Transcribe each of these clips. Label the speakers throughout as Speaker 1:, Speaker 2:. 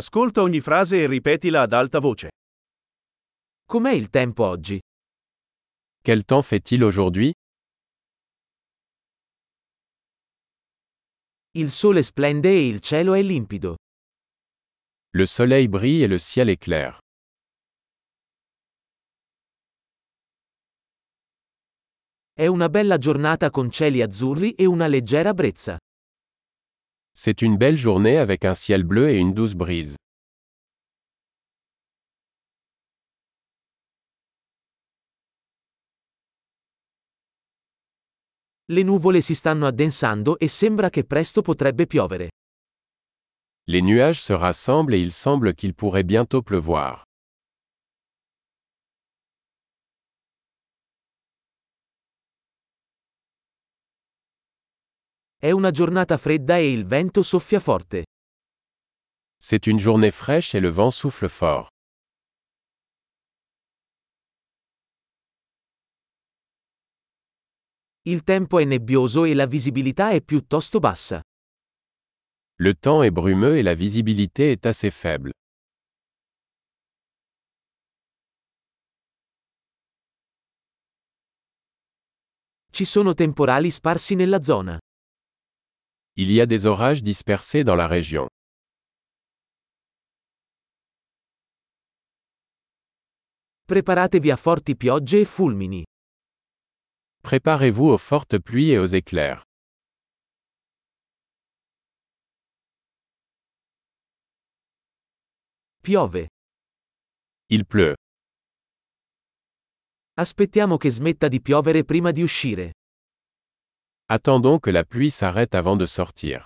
Speaker 1: Ascolta ogni frase e ripetila ad alta voce.
Speaker 2: Com'è il tempo oggi?
Speaker 3: Quel temps fait-il aujourd'hui
Speaker 2: Il sole splende e il cielo è limpido.
Speaker 3: Le soleil brille et le ciel est clair.
Speaker 2: È una bella giornata con cieli azzurri e una leggera brezza.
Speaker 3: C'est une belle journée avec un ciel bleu et une douce brise.
Speaker 2: Le nuvole si stanno addensando e sembra che presto potrebbe piovere.
Speaker 3: Les nuages se rassemblent et il semble qu'il pourrait bientôt pleuvoir.
Speaker 2: È una giornata fredda e il vento soffia forte.
Speaker 3: C'est une journée fraîche et le vent souffle fort.
Speaker 2: Il tempo è nebbioso e la visibilità è piuttosto bassa.
Speaker 3: Le temps est brumeux et la visibilité est assez faible.
Speaker 2: Ci sono temporali sparsi nella zona.
Speaker 3: Il y a des orages dispersés dans la région.
Speaker 2: Preparatevi a forti piogge e fulmini.
Speaker 3: Préparez-vous aux fortes pluies et aux éclairs.
Speaker 2: Piove.
Speaker 3: Il pleut.
Speaker 2: Aspettiamo che smetta di piovere prima di uscire.
Speaker 3: Attendons que la pluie s'arrête avant de sortir.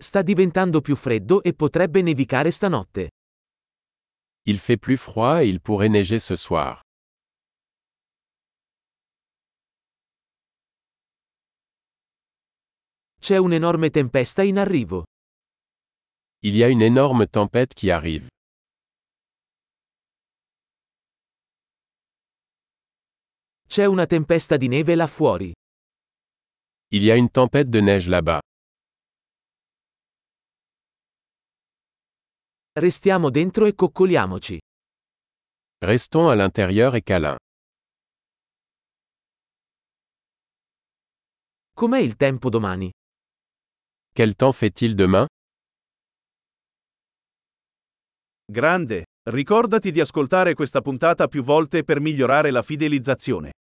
Speaker 2: Sta diventando più freddo e potrebbe nevicare stanotte.
Speaker 3: Il fait plus froid et il pourrait neiger ce soir.
Speaker 2: C'è un'enorme tempesta in arrivo.
Speaker 3: Il y a une énorme tempête qui arrive.
Speaker 2: C'è una tempesta di neve là fuori.
Speaker 3: Il y a une tempête de neige là-bas.
Speaker 2: Restiamo dentro e coccoliamoci.
Speaker 3: Restons à l'intérieur et câlin.
Speaker 2: Com'è il tempo domani?
Speaker 3: Quel temps fait-il demain
Speaker 1: Grande, ricordati di ascoltare questa puntata più volte per migliorare la fidelizzazione.